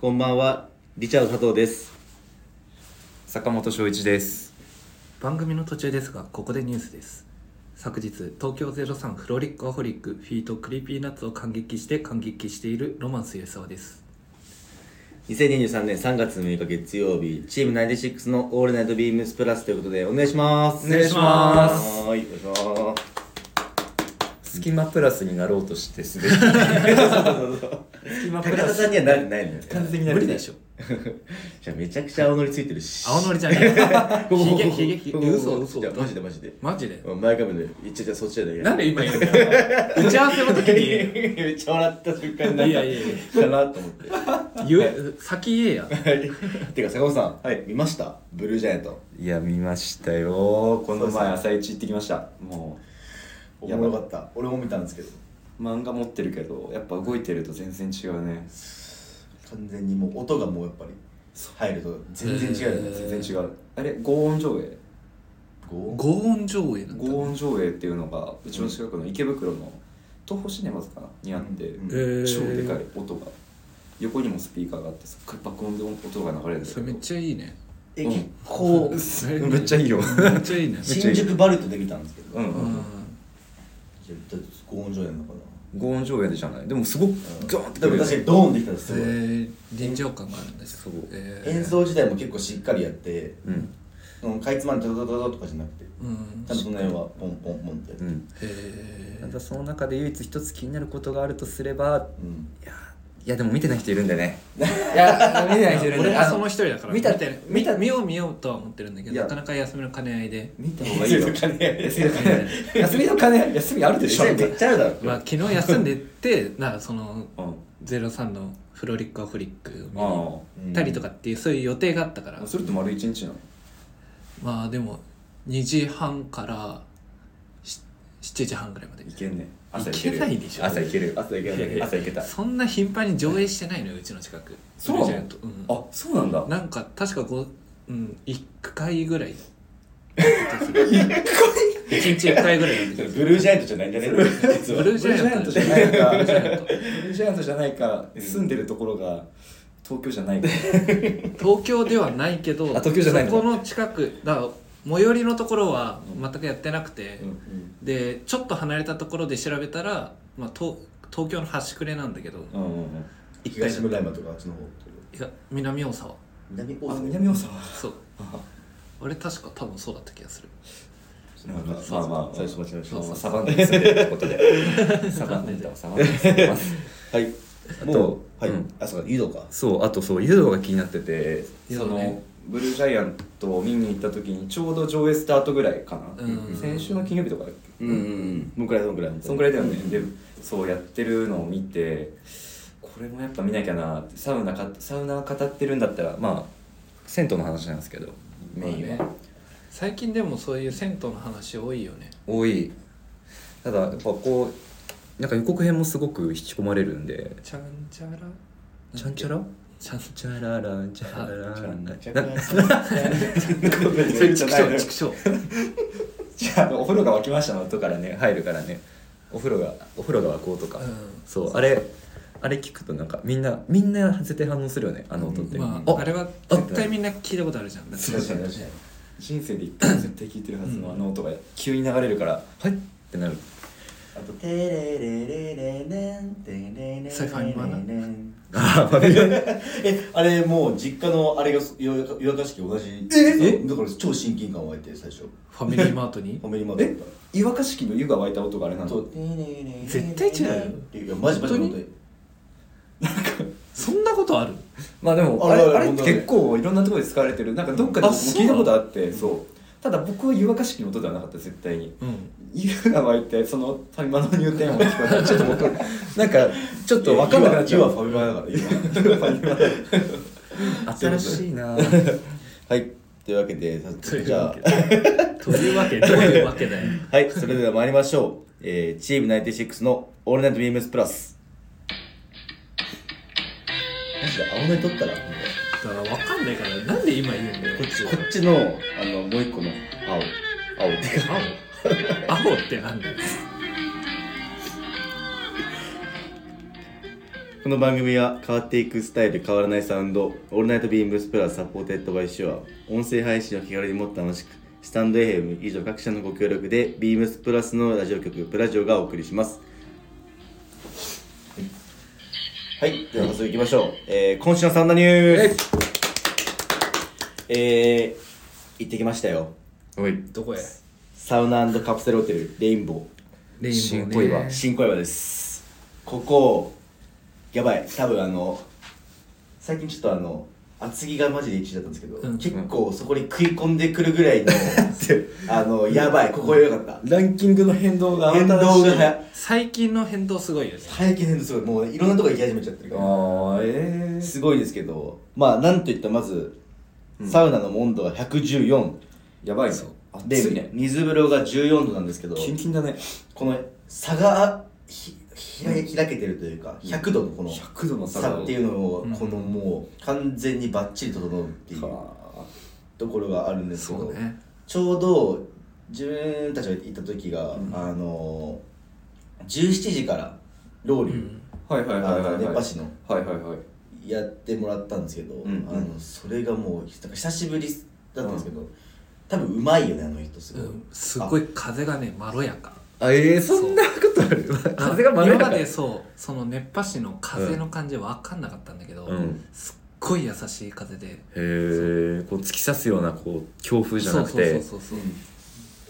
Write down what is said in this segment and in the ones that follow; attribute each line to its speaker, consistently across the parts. Speaker 1: こんばんは、リチャード佐藤です。
Speaker 2: 坂本翔一です
Speaker 3: 番組の途中ですがここでニュースです昨日東京03フロリックアホリックフィートクリーピーナッツを感激して感激しているロマンス吉沢です
Speaker 1: 2023年3月6日月曜日、チーム96のオールナイトビームスプラスということで、お願いします。
Speaker 2: お願いします
Speaker 1: はーい、お願いします。
Speaker 2: スキマプラスになろうとしてすでに
Speaker 1: 高田さんにはなれてないのよ。
Speaker 2: 完全にな
Speaker 3: 無
Speaker 2: れてな
Speaker 3: 理
Speaker 2: い
Speaker 3: でしょ
Speaker 1: じゃあめちゃくちゃ青のりついてるし。
Speaker 3: 青のり
Speaker 1: ち
Speaker 3: じゃない
Speaker 1: ゃ
Speaker 3: ひげひげひげ嘘嘘
Speaker 1: じゃあマジでマジで。
Speaker 3: マジで
Speaker 1: うん前髪で、言っちゃじゃあそっちやだけ
Speaker 3: なんで今言うんだよ打ち合わせの時にい
Speaker 1: めっちゃ笑った瞬間に
Speaker 3: や
Speaker 1: ないんか
Speaker 3: やいや
Speaker 1: だなと思って。
Speaker 3: 言え先言えや
Speaker 1: はいてか坂本さん、
Speaker 2: はい
Speaker 1: 見ましたブルージャイアント。
Speaker 2: いや見ましたよこの
Speaker 1: そうそう
Speaker 2: 前朝一行ってきましたもう
Speaker 1: やばかった。俺も見たんですけど、
Speaker 2: 漫画持ってるけどやっぱ動いてると全然違うね
Speaker 1: 完全にもう音がもうやっぱり入ると全然違うよね。
Speaker 3: へー
Speaker 2: 全然違うあれ合音上映
Speaker 1: ご
Speaker 3: 合音上映なんだ
Speaker 2: 合音上映っていうのがうちの近くの池袋の東宝シネマズかなにあって、
Speaker 1: うん
Speaker 3: へー
Speaker 2: 超でかい音が横にもスピーカーがあってそっから爆音で音が流れるんだけ
Speaker 3: そ
Speaker 2: ど
Speaker 3: れめっちゃいいね
Speaker 1: え、
Speaker 2: うん
Speaker 1: 結構、
Speaker 2: うん めっちゃいいよ
Speaker 3: めっちゃい いね
Speaker 2: っちゃい
Speaker 1: 新
Speaker 2: い
Speaker 1: 宿バルトで見たんですけど、
Speaker 2: うんうん、
Speaker 1: じゃあ、高音上やんのかな。
Speaker 2: 合音上映でじゃないでもすごくドーンって
Speaker 1: で
Speaker 2: くる
Speaker 1: も確かにドーンできたらすごい、
Speaker 3: えー臨場感があるんです
Speaker 2: そう
Speaker 3: えー
Speaker 1: 演奏自体も結構しっかりやって、
Speaker 2: うん
Speaker 1: そのかいつまんでドドドドとかじゃなくて、
Speaker 3: うん
Speaker 1: ちゃんとその辺はポンポンポンってやって
Speaker 2: う、ん
Speaker 3: へ
Speaker 2: た
Speaker 3: ー
Speaker 2: だその中で唯一一つ気になることがあるとすれば
Speaker 1: うん、
Speaker 2: いやいやでも見てない人いるんでねいや見てない人いるんで
Speaker 3: 俺は
Speaker 2: あ
Speaker 3: その一人だから
Speaker 2: 見た
Speaker 3: 見て見た見よう見ようとは思ってるんだけ
Speaker 2: い
Speaker 3: ど
Speaker 2: や
Speaker 3: なかなか休みの兼ね合いで
Speaker 2: 見た方がいいよ休みの金休みあるでしょ
Speaker 1: めっちゃあるだろ、
Speaker 3: まあ昨日休んでって なその
Speaker 2: うん
Speaker 3: 03のフロリックアフリックを見に行
Speaker 2: あ
Speaker 3: ったりとかっていうそういう予定があったから
Speaker 2: あそれって丸一日なの
Speaker 3: まあでも2時半からし7時半ぐらいまで
Speaker 2: いけんね朝
Speaker 3: 朝
Speaker 2: い
Speaker 3: い
Speaker 2: け
Speaker 3: け
Speaker 2: る
Speaker 3: る
Speaker 2: 朝
Speaker 1: 朝い
Speaker 2: いける
Speaker 1: ける
Speaker 2: 朝いけたあ
Speaker 3: そんな頻繁に上映してないのようちの近く
Speaker 2: そうなの
Speaker 3: フロリジャイアントうん
Speaker 2: そうなんだ
Speaker 3: なんか確か5、うん、1回 ぐらい1日1回ぐらいなん
Speaker 1: それ
Speaker 3: ですよ
Speaker 1: ブルージャイアントじゃないんじゃね実
Speaker 3: ブ
Speaker 1: は
Speaker 3: ルージャイアント
Speaker 2: ブ
Speaker 3: で
Speaker 2: ル
Speaker 3: し
Speaker 2: ージャ
Speaker 3: ょ
Speaker 2: イアントじゃないかブルージャイア
Speaker 3: ブルージャイアント
Speaker 2: ントじゃないから住んでるところが東京じゃないから
Speaker 3: 東京ではないけど
Speaker 2: あ東京じゃないの
Speaker 3: そこの近くだから最寄りのところは全くやってなくて、
Speaker 2: うん
Speaker 3: でちょっと離れたところで調べたら、まあ、と東京の端くれなんだけど、
Speaker 2: うんうんうん
Speaker 3: 一回
Speaker 1: 東村山とかあっちの方
Speaker 3: いや南大沢
Speaker 1: 南
Speaker 2: あ
Speaker 1: 大
Speaker 2: 南大沢
Speaker 3: そう俺確か多分そうだった気がする
Speaker 2: なんかまあまあ
Speaker 1: 最初間違えまし
Speaker 3: そうそう
Speaker 2: サバンナに住んでるってことで サバンナにサバンナに住んでます
Speaker 1: たはい
Speaker 2: あと
Speaker 1: もうはい、
Speaker 2: うん
Speaker 1: あそうか誘導か
Speaker 2: そうあとそう誘導が気になってて
Speaker 3: 誘
Speaker 2: そ
Speaker 3: 導ね
Speaker 2: のブルージャイアントを見に行った時にちょうど上映スタートぐらいかな、
Speaker 3: うん
Speaker 2: 先週の金曜日とかだっけ
Speaker 1: うんうんうんもうくらいそんくらい
Speaker 2: そんぐらいだよね、でそうやってるのを見てこれもやっぱ見なきゃなってサウナかサウナ語ってるんだったらまあ銭湯の話なんですけどメインは、
Speaker 3: まあね最近でもそういう銭湯の話多いよね
Speaker 2: 多いただやっぱこうなんか予告編もすごく引き込まれるんで
Speaker 3: ちゃんちゃら
Speaker 2: ちゃんちゃら
Speaker 3: ちゃん
Speaker 2: チャララチャラ ラな
Speaker 3: それ畜生畜生
Speaker 2: じゃあお風呂が沸きましたの音からね入るからねお風呂がお風呂が沸こうとか、
Speaker 3: うん
Speaker 2: そうあれあれ聞くとなんかみんなみんな絶対反応するよねあの音って、
Speaker 3: ま
Speaker 2: あ
Speaker 3: あ、あれは絶対みんな聞いたことあるじゃんだって
Speaker 2: 確かに確かに人生で一回絶対聞いてるはず のあの音が急に流れるから「はい」ってなる
Speaker 1: あと、テレレレレレン、テレレレレレン。
Speaker 3: サイファーに学ん
Speaker 2: ああ
Speaker 1: え、あれもう実家のあれが夜明か夜明かし器同じ。
Speaker 2: え
Speaker 1: だから超親近感湧いて最初。
Speaker 3: ファミリーマート に
Speaker 1: 褒めにま
Speaker 2: え湯沸かし器の湯が沸いた音があれなの
Speaker 3: 絶対違う
Speaker 1: よ。いや、マジマジ本
Speaker 3: 本当
Speaker 1: 当
Speaker 3: に
Speaker 1: に。
Speaker 3: そんなことある
Speaker 2: まあでも
Speaker 1: あ
Speaker 2: あ
Speaker 1: れ
Speaker 2: れ
Speaker 1: あれ
Speaker 2: あれって
Speaker 1: 本当だね
Speaker 2: 結構いろんなところで使われてるなんかどっかで
Speaker 3: あ
Speaker 2: も
Speaker 3: そう
Speaker 2: 聞いたことあってそうただ僕は湯沸かし器の音ではなかった絶対に
Speaker 3: うん
Speaker 2: 湯が沸いてそのファミマの入店音が聞こえたらちょっと僕なんかちょっと分かんなくなっちゃ
Speaker 1: 今
Speaker 2: う
Speaker 1: ファミマだから、今。
Speaker 2: 新しいな
Speaker 1: はい。というわけで、
Speaker 3: とい
Speaker 1: じ
Speaker 3: う
Speaker 1: ゃ
Speaker 3: わけでというわけでというわけだよ
Speaker 1: あ、はい、それでは参りましょう。えー、チーム96のオールナイトビームスプラス。マジで青のり取ったらこ
Speaker 3: だから分かんないからなんで今言うんだよ
Speaker 1: っち、こっちの、あの、もう一個の青。青っていうか
Speaker 3: 青青ってなんだよ
Speaker 1: この番組は変わっていくスタイル変わらないサウンド「オールナイトビームスプラスサポーテッドバイシュア」音声配信を気軽にもっと楽しくスタンド FM 以上各社のご協力でビームスプラスのラジオ局プラジオがお送りしますはいでは早速いきましょう、えー今週のサウンドニュースえー、行ってきましたよ
Speaker 2: おい
Speaker 3: どこへ
Speaker 1: サウナカプセルホテルレインボー
Speaker 3: レイン
Speaker 2: 新
Speaker 3: ボ
Speaker 2: 小
Speaker 3: ー
Speaker 2: 岩
Speaker 3: ね
Speaker 1: 新小岩ですここやばい多分あの最近ちょっとあの厚木がマジで1位だったんですけど、
Speaker 3: うん
Speaker 1: 結構そこに食い込んでくるぐらいのあのやばいここよかった
Speaker 2: ランキングの変動が
Speaker 1: 変動が早
Speaker 3: 最近の変動すごいよね
Speaker 1: 早き変動すごいもういろんなとこ行き始めちゃってるから
Speaker 2: ああええ
Speaker 1: すごいですけどまあなんといったらまず
Speaker 2: うん
Speaker 1: サウナの温度が114、
Speaker 2: やばいね
Speaker 3: そう
Speaker 1: で
Speaker 2: 暑いね
Speaker 1: 水風呂が14度なんですけど
Speaker 2: キンキンだね
Speaker 1: この差がひひら開けてるというか100度のこの
Speaker 2: 100度の差
Speaker 1: 差
Speaker 2: が
Speaker 1: っていうのを
Speaker 3: うん
Speaker 1: このもう完全にバッチリ整うっていう
Speaker 2: は
Speaker 1: ところがあるんですけ
Speaker 3: そ
Speaker 1: ど、
Speaker 3: うね
Speaker 1: ちょうど自分たちが行った時が、あの17時からロウリュ
Speaker 2: あはいはいはいはいはい
Speaker 1: 熱波師の
Speaker 2: はいはいはい
Speaker 1: やってもらったんですけど、
Speaker 2: うん
Speaker 1: あのそれがもうなんか久しぶりだったんですけど、多分うまいよねあの人すご
Speaker 3: う
Speaker 1: い、
Speaker 3: んすごい風がねまろやか
Speaker 2: あええそんなことある風がまろや
Speaker 3: 今
Speaker 2: か
Speaker 3: までそうその熱波師の風の感じ分かんなかったんだけど、
Speaker 2: うん
Speaker 3: すっごい優しい風で
Speaker 2: へえこう突き刺すようなこう強風じゃなくて
Speaker 3: そうそうそうそう、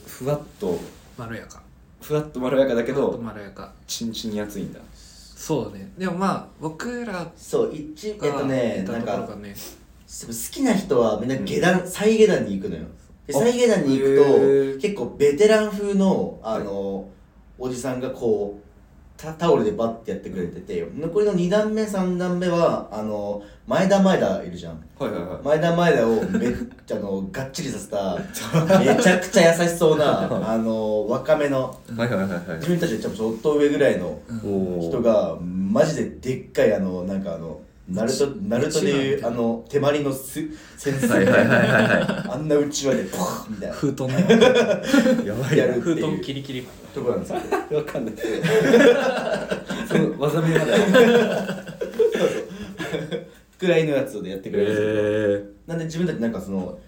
Speaker 2: ふわっと
Speaker 3: まろやか
Speaker 2: ふわっとまろやかだけ
Speaker 3: ちょっと
Speaker 2: ど
Speaker 3: まろやか
Speaker 2: ちんちんに熱いんだ
Speaker 3: そうねでもまあ僕らが
Speaker 1: そう一えっ
Speaker 3: 行った
Speaker 1: と
Speaker 3: とこ
Speaker 1: ねなん
Speaker 3: ろ
Speaker 1: か
Speaker 3: がね
Speaker 1: 好きな人はみんな下段、再下段に行くのよで
Speaker 2: あ
Speaker 1: 再下段に行く
Speaker 2: へ
Speaker 1: と
Speaker 2: ー
Speaker 1: 結構ベテラン風のあの、おじさんがこうタタオルでバッてやってくれてて、残りの2段目3段目はあの前田前田いるじゃん
Speaker 2: はいはいはい
Speaker 1: 前田前田をめっちゃあ のがっちりさせためちゃくちゃ優しそう なあの若めの
Speaker 2: はいはいはいはい
Speaker 1: 自分たちよりちょちょっと上ぐらいの
Speaker 3: うん
Speaker 2: おー
Speaker 1: 人がマジででっかいあのなんかあのナルトナルトでい
Speaker 3: 一
Speaker 1: う
Speaker 3: 番
Speaker 1: あの手まりのす先生
Speaker 2: はい
Speaker 1: み
Speaker 2: は
Speaker 1: たい
Speaker 2: いはい
Speaker 1: な
Speaker 2: はいは
Speaker 1: あんなうちわでポーンみたいな
Speaker 3: 封筒ね
Speaker 2: い やばい
Speaker 1: やる
Speaker 3: 封筒キリキリ
Speaker 1: とこなんですけど
Speaker 2: わか んない。その技名まである。
Speaker 1: くらいのやつでやってくれるんですけど
Speaker 2: え
Speaker 1: なんで自分たちなんかその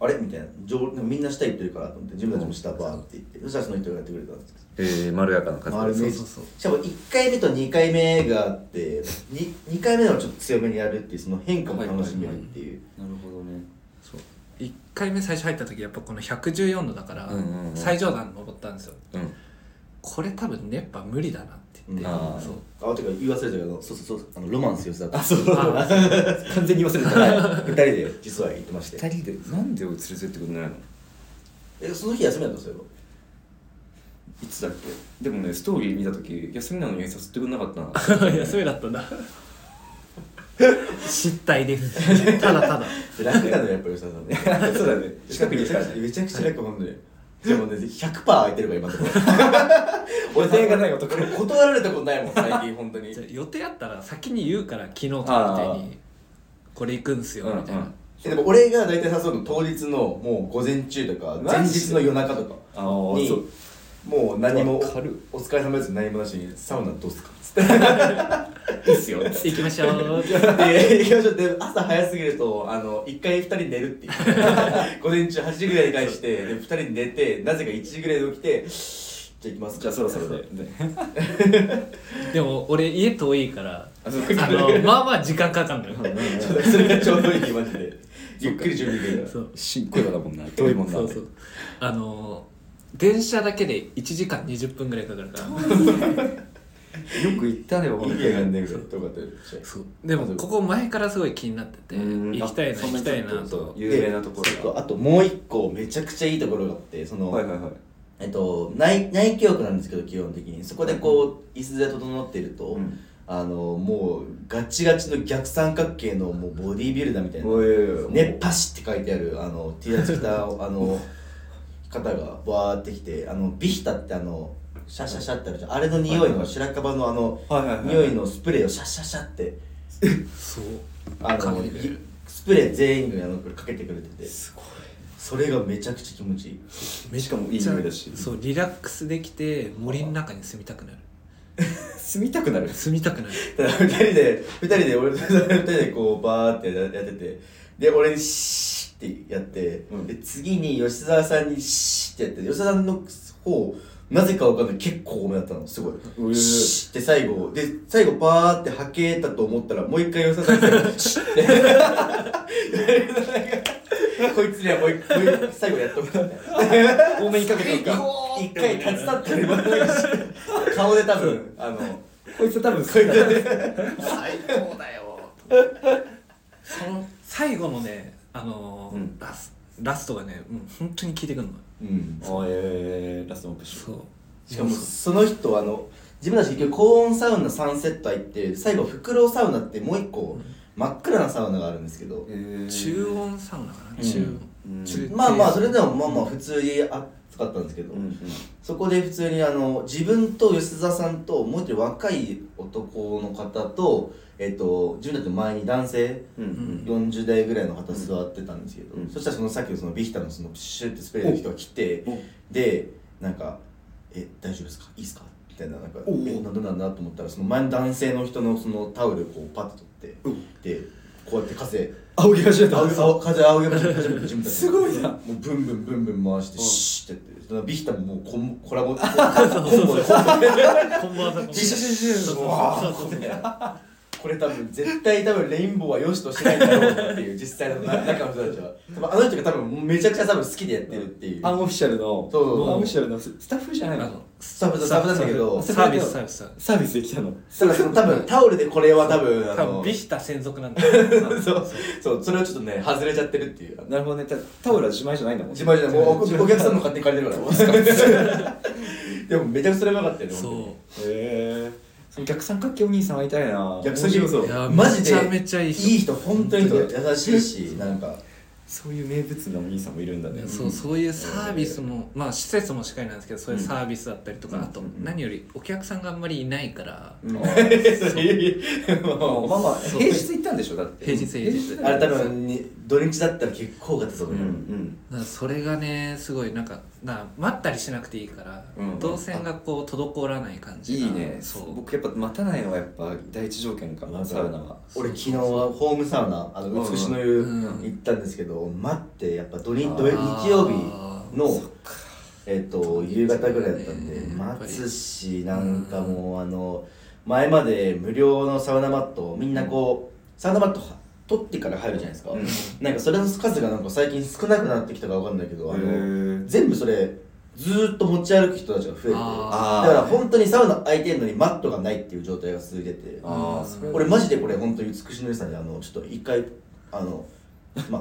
Speaker 1: あれみたいな上なんかみんな下行ってるからと思って自分たちも下バーって行ってそしたらその人がやってくれたんですけど
Speaker 2: えー、まろやかな風
Speaker 1: あれ
Speaker 3: そ
Speaker 1: め
Speaker 3: う
Speaker 1: っ
Speaker 3: そうそう
Speaker 1: しかも1回目と2回目があってに 2, 回目のはちょっと強めにやるっていうその変化も楽しめるっていう、
Speaker 2: なるほどね。
Speaker 3: そう1回目最初入った時やっぱこの114度だから
Speaker 2: うんうんうん
Speaker 3: 最上段登ったんですよ
Speaker 2: うん。
Speaker 3: これ多分熱波無理だなって言って
Speaker 1: うん
Speaker 2: あー
Speaker 3: そう
Speaker 1: あてか言い忘れたけどそうそうそうあのロマンスよさだった
Speaker 2: そう。
Speaker 3: あ
Speaker 2: 完全に忘れ
Speaker 1: はい二人で実は行ってまして
Speaker 2: 二人で、なんで連れてってくんないの
Speaker 1: えその日休みだったんですよ
Speaker 2: いつだっけでもね、ストーリー見たとき、休みなのに誘ってくんなかったな。
Speaker 3: 休みだった んだ失態ですただただ
Speaker 1: 楽なのよやっぱり吉田さんね
Speaker 2: そうだね
Speaker 1: 近
Speaker 2: 近
Speaker 1: く
Speaker 2: く
Speaker 1: に
Speaker 2: に
Speaker 1: 来
Speaker 2: 来
Speaker 1: た
Speaker 2: た
Speaker 1: ら
Speaker 2: ら
Speaker 1: めちゃくちゃ楽なんだよでもね100%空いてるから今のところ
Speaker 2: 予定がない男
Speaker 1: 俺断られたことないもん最近本当に
Speaker 3: じゃあ予定あったら先に言うから昨日と
Speaker 2: あ
Speaker 3: かみ
Speaker 2: ー
Speaker 3: たいにこれ行くんすよみたいな、
Speaker 2: うんうん
Speaker 1: えでも俺が大体誘うの当日のもう午前中とか前
Speaker 2: マジ
Speaker 1: 日の夜中とか
Speaker 2: ああ
Speaker 1: に
Speaker 2: そう。
Speaker 1: もう何も
Speaker 2: わかる
Speaker 1: お疲れ様です何もなしにサウナどうっすかっつって
Speaker 2: いいっすよ。
Speaker 3: 行きましょう
Speaker 1: で行きましょうで朝早すぎるとあの一回二人寝るっていう 午前中8時ぐらいに返してで二人寝てなぜか1時ぐらいで起きてじゃあ行きますか
Speaker 2: じゃあそろそろで。
Speaker 3: でも俺家遠いから
Speaker 2: あ、そう
Speaker 3: あのまあまあ時間かかんのよ
Speaker 1: そうだそれがちょうどいいマジでゆっくり準備できるか
Speaker 3: そ
Speaker 1: ら
Speaker 3: う
Speaker 2: 新小岩だもんな。遠いもんな。
Speaker 3: そうそうあの電車だけで1時間20分ぐらいかかるから
Speaker 2: よく行ったね、僕
Speaker 1: いい家なんでとかって言って
Speaker 3: そうでもここ前からすごい気になってて
Speaker 2: うん
Speaker 3: 行きたいな
Speaker 2: あ
Speaker 3: 行きたいな
Speaker 2: そんにちょっ
Speaker 3: と
Speaker 2: 有名なとこ
Speaker 1: でそう
Speaker 2: ろ
Speaker 1: あともう一個めちゃくちゃいいところがあってその、
Speaker 2: が。はいはいはい。
Speaker 1: えっと内内気浴なんですけど基本的にそこでこう椅子で整っていると、
Speaker 2: うん
Speaker 1: あのもうガチガチの逆三角形のもうボディービルダーみたいな
Speaker 2: おいおいおい
Speaker 1: 熱波師って書いてあるあの T シャツ着たあ の方がわーってきてあのビヒタってあのシャシャシャってあるじゃんあれの匂いの白樺のあの
Speaker 2: はいはいはい
Speaker 1: 匂いのスプレーをシャシャシャって
Speaker 3: そう
Speaker 1: あ
Speaker 3: か
Speaker 1: の
Speaker 3: けてくれる
Speaker 1: スプレー全員にあのかけてくれてて
Speaker 2: すごい
Speaker 1: それがめちゃくちゃ気持ちいい
Speaker 2: しかもいい匂いだし
Speaker 3: そうリラックスできて森の中に住みたくなる
Speaker 2: 住みたくなる
Speaker 3: 住みたくなる
Speaker 1: ただ2人で2人で俺と2人でこうバーってやっててで俺にシーってやって、
Speaker 2: うん
Speaker 1: で次に吉沢さんにシーってやって吉沢さんの方なぜかわかんない結構多めだったのすごい、
Speaker 2: う
Speaker 1: シーって最後で最後バーってはけたと思ったらもう一回吉沢さんにシーって こいつにはもう一回最後やっとくから
Speaker 2: 多めにかけていいか
Speaker 1: 一回立ち去ったりも顔で多分あの
Speaker 2: こいつ多分
Speaker 1: こいつ で
Speaker 3: 最高だよその最後のねあのー
Speaker 2: うん
Speaker 3: ラスラストがね、うん、本当に効いてくるの
Speaker 1: うん
Speaker 2: おえー、ラストのプッシュ
Speaker 3: そう
Speaker 1: しかもその人あの自分たち結局高温サウナ3セット入って最後フクロウサウナってもう一個真っ暗なサウナがあるんですけど、
Speaker 3: 中音サウナか
Speaker 2: う
Speaker 3: な、
Speaker 2: ん
Speaker 3: 中
Speaker 2: うん
Speaker 3: 中
Speaker 1: まあまあそれでもまあまあ普通に暑かったんですけど、
Speaker 2: うんうん
Speaker 1: そこで普通にあの自分と吉沢さんともう一人若い男の方と、えっと、自分たちの前に男性
Speaker 2: うんうん
Speaker 1: 40代ぐらいの方座ってたんですけど、
Speaker 2: うん
Speaker 1: そしたらそのさっきのそのビヒタのそのプシュってスプレーの人が来て、
Speaker 2: お
Speaker 1: でなんか「え大丈夫ですかいいですか?」みたいななんか「
Speaker 2: おう
Speaker 1: えなんだなんだ?」と思ったらその前の男性の人のそのタオルをこうパッと取って、でこうやって風
Speaker 2: 仰ぎ始め
Speaker 1: あお風あおげ始めた自分たち
Speaker 2: すごいな
Speaker 1: もうブンブンブンブン回して
Speaker 2: うん
Speaker 1: シーってやってそのビヒタももうコンコラボコンボでコンボで
Speaker 3: こんばんは
Speaker 1: シシシシシ
Speaker 3: そうそう
Speaker 1: わ
Speaker 3: そうそう
Speaker 1: これ多分絶対多分レインボーは良しとしてないんだろうなっていう実際の中の人たちは多分あの人が多分めちゃくちゃ多分好きでやってるっていう
Speaker 2: アンオフィシャルの
Speaker 1: そうそう
Speaker 2: アンオフィシャルのススタッフじゃな
Speaker 3: あ
Speaker 2: い
Speaker 3: の
Speaker 2: の
Speaker 1: スタッフスタッフなんだけど
Speaker 3: サービスサービスサービス
Speaker 2: サービスで来たの
Speaker 1: だからその多分タオルでこれは多分あ
Speaker 3: 多分
Speaker 1: の
Speaker 3: ビヒタ専属なんだよ
Speaker 1: そうそうそれをちょっとね外れちゃってるっていう
Speaker 2: なるほどねたタオルは自前じゃないんだもん
Speaker 1: 自前じゃないもうおお客さんの勝手に借りてるからでもめちゃくちゃうまかったよね
Speaker 3: そ
Speaker 2: へえその逆三角形お兄さん会いたいな
Speaker 1: 逆三角形
Speaker 2: そう
Speaker 3: いや
Speaker 1: マジで
Speaker 3: めちゃめちゃいい人
Speaker 1: いい人本当にいい人優しいしなんか
Speaker 2: そういう名物のお兄さんもいるんだ
Speaker 3: う、
Speaker 2: ね
Speaker 3: そうそういうサービスも、まあ施設もしっかりなんですけどそういうサービスだったりとか、あと何よりお客さんがあんまりいないから、
Speaker 2: うん
Speaker 1: それ
Speaker 2: まあまあまあ
Speaker 3: そう
Speaker 2: 平日行ったんでしょだって
Speaker 3: 平日平日
Speaker 1: あれ多分に土日だったら結構多かったと
Speaker 2: う
Speaker 1: 思
Speaker 2: ん
Speaker 1: うよ、
Speaker 3: だからそれがねすごいなんかな待ったりしなくていいから、
Speaker 2: うん
Speaker 3: 動線がこう滞らない感
Speaker 2: い
Speaker 3: じが
Speaker 2: いね
Speaker 3: そう
Speaker 2: 僕やっぱ待たないのがやっぱ第一条件か
Speaker 1: わ
Speaker 2: な
Speaker 1: か
Speaker 2: サ
Speaker 1: る
Speaker 2: ウナは
Speaker 1: 俺昨日はホームサウナあの美しの湯行ったんですけど、待ってやっぱ土日土日曜日
Speaker 3: あー
Speaker 1: のえっと夕方ぐらいだったんで、
Speaker 3: そうだね
Speaker 1: 待つしなんかもうあの前まで無料のサウナマットをみんなこう、サウナマットは取ってから入るじゃないですか、
Speaker 2: うん
Speaker 1: なんかそれの数がなんか最近少なくなってきたかわかんないけどあの
Speaker 2: へえ
Speaker 1: 全部それずーっと持ち歩く人たちが増えてだか
Speaker 2: あー
Speaker 1: ら本当にサウナ空いてんのにマットがないっていう状態が続いてて
Speaker 2: ああそれ
Speaker 1: 俺マ ジでこれ本当に美しの良さんにあのちょっと一回あのま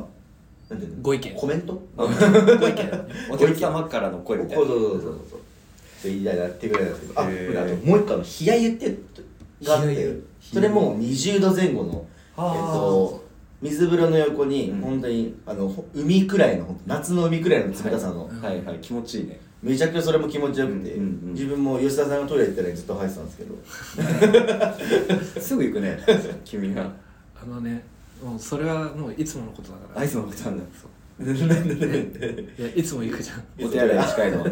Speaker 1: あなんていうの
Speaker 3: ご意見
Speaker 1: コメント
Speaker 3: ご意見
Speaker 2: お客様からの声みたい
Speaker 1: そう
Speaker 2: な
Speaker 1: そうそうそうそう言いたいなってぐらいなんですけどあ
Speaker 2: へー
Speaker 1: これあともう一個あの冷や湯ってがあっ
Speaker 2: 冷や
Speaker 1: て
Speaker 2: 湯
Speaker 1: それも20度前後のえっ
Speaker 2: あー
Speaker 1: と水風呂の横に
Speaker 2: うん
Speaker 1: 本当にあのほ海くらいのほんと夏の海くらいの冷たさの
Speaker 3: うん
Speaker 2: はいはい気持ちいいね
Speaker 1: めちゃくちゃそれも気持ちよくて
Speaker 2: うんうんうん
Speaker 1: 自分も吉田さんがトイレ行ったらずっと入ってたんですけど
Speaker 2: すぐ行くね 君が
Speaker 3: あのねもうそれはもういつものことだから
Speaker 2: 合図のことなんだ
Speaker 3: いやいつも行くじゃん
Speaker 2: お手洗いに近いの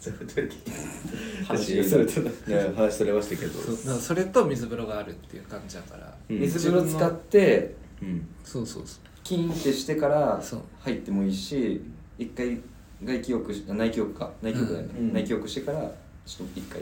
Speaker 1: それトイレ行って
Speaker 2: 話それて
Speaker 1: いや話それましたけど
Speaker 3: そうだからそれと水風呂があるっていう感じだから、
Speaker 1: うん
Speaker 2: 水風呂使って
Speaker 1: うん
Speaker 3: そうそうそう
Speaker 2: キンってしてから
Speaker 3: そう
Speaker 2: 入ってもいいし一回外気浴し内気浴か内気浴だよね、
Speaker 1: うん
Speaker 2: 内気浴してからちょっと一回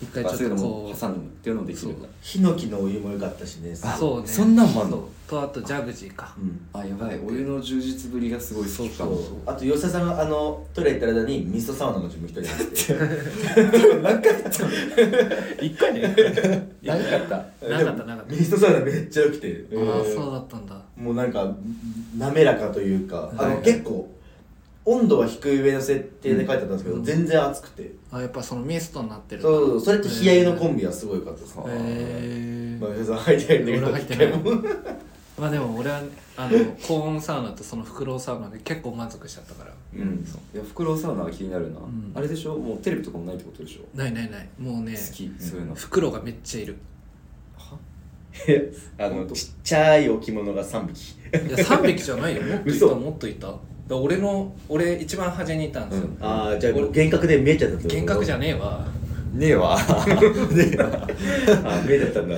Speaker 3: 一回ちょっ
Speaker 2: バ
Speaker 3: とこう
Speaker 2: スでも挟むっていうのもできるんだ
Speaker 1: ヒノキのお湯も良かったしね
Speaker 2: あ
Speaker 3: そうね
Speaker 2: そんなんもあんの
Speaker 3: そうとあとジャグジーか、
Speaker 1: うん
Speaker 2: あやばいお湯の充実ぶりがすごいそう
Speaker 1: そ
Speaker 2: か
Speaker 1: うあと吉田さんがあのトイレ行った間にミストサウナの準備一人でやってて
Speaker 2: 何回言ったの
Speaker 3: 一回ね
Speaker 2: 何回やった
Speaker 3: なかったなかった
Speaker 1: ミストサウナめっちゃ良くて
Speaker 2: え
Speaker 3: ああ
Speaker 2: ー
Speaker 3: そうだったんだ
Speaker 1: もうなんか滑らかというか、
Speaker 2: はい
Speaker 1: あ
Speaker 2: は
Speaker 1: の
Speaker 2: い
Speaker 1: 結構温度は低い上の設定で書いてあったんですけど、
Speaker 3: うん
Speaker 1: 全然暑くて
Speaker 3: あやっぱそのミストになってる
Speaker 1: そうそうそれと冷や湯のコ
Speaker 3: ビ
Speaker 1: ンビはすごい良かったですね、
Speaker 2: は
Speaker 3: へえ
Speaker 1: まあ、皆さん入ってないんだけど
Speaker 3: 俺入ってない
Speaker 1: 一回も
Speaker 3: まあでも俺はあの高温サウナとそのフクロウサウナで結構満足しちゃったから
Speaker 2: うん
Speaker 3: そう
Speaker 2: いやフクロウサウナは気になるな、
Speaker 3: ん
Speaker 2: あれでしょもうテレビとかもないってことでしょ
Speaker 3: ないないないもうね
Speaker 2: 好き、そういうの
Speaker 3: フクロウがめっちゃいる
Speaker 1: あのちっちゃい置物が3匹
Speaker 3: いや3匹じゃないよもっといた
Speaker 1: 嘘
Speaker 3: もっといただから俺の俺一番端にいたんですよ、
Speaker 2: うん
Speaker 1: ああじゃあ
Speaker 3: 俺
Speaker 1: 幻覚で見えちゃったってこと
Speaker 3: 幻覚じゃねえわ
Speaker 2: ねえ わ
Speaker 1: あ目だったんだ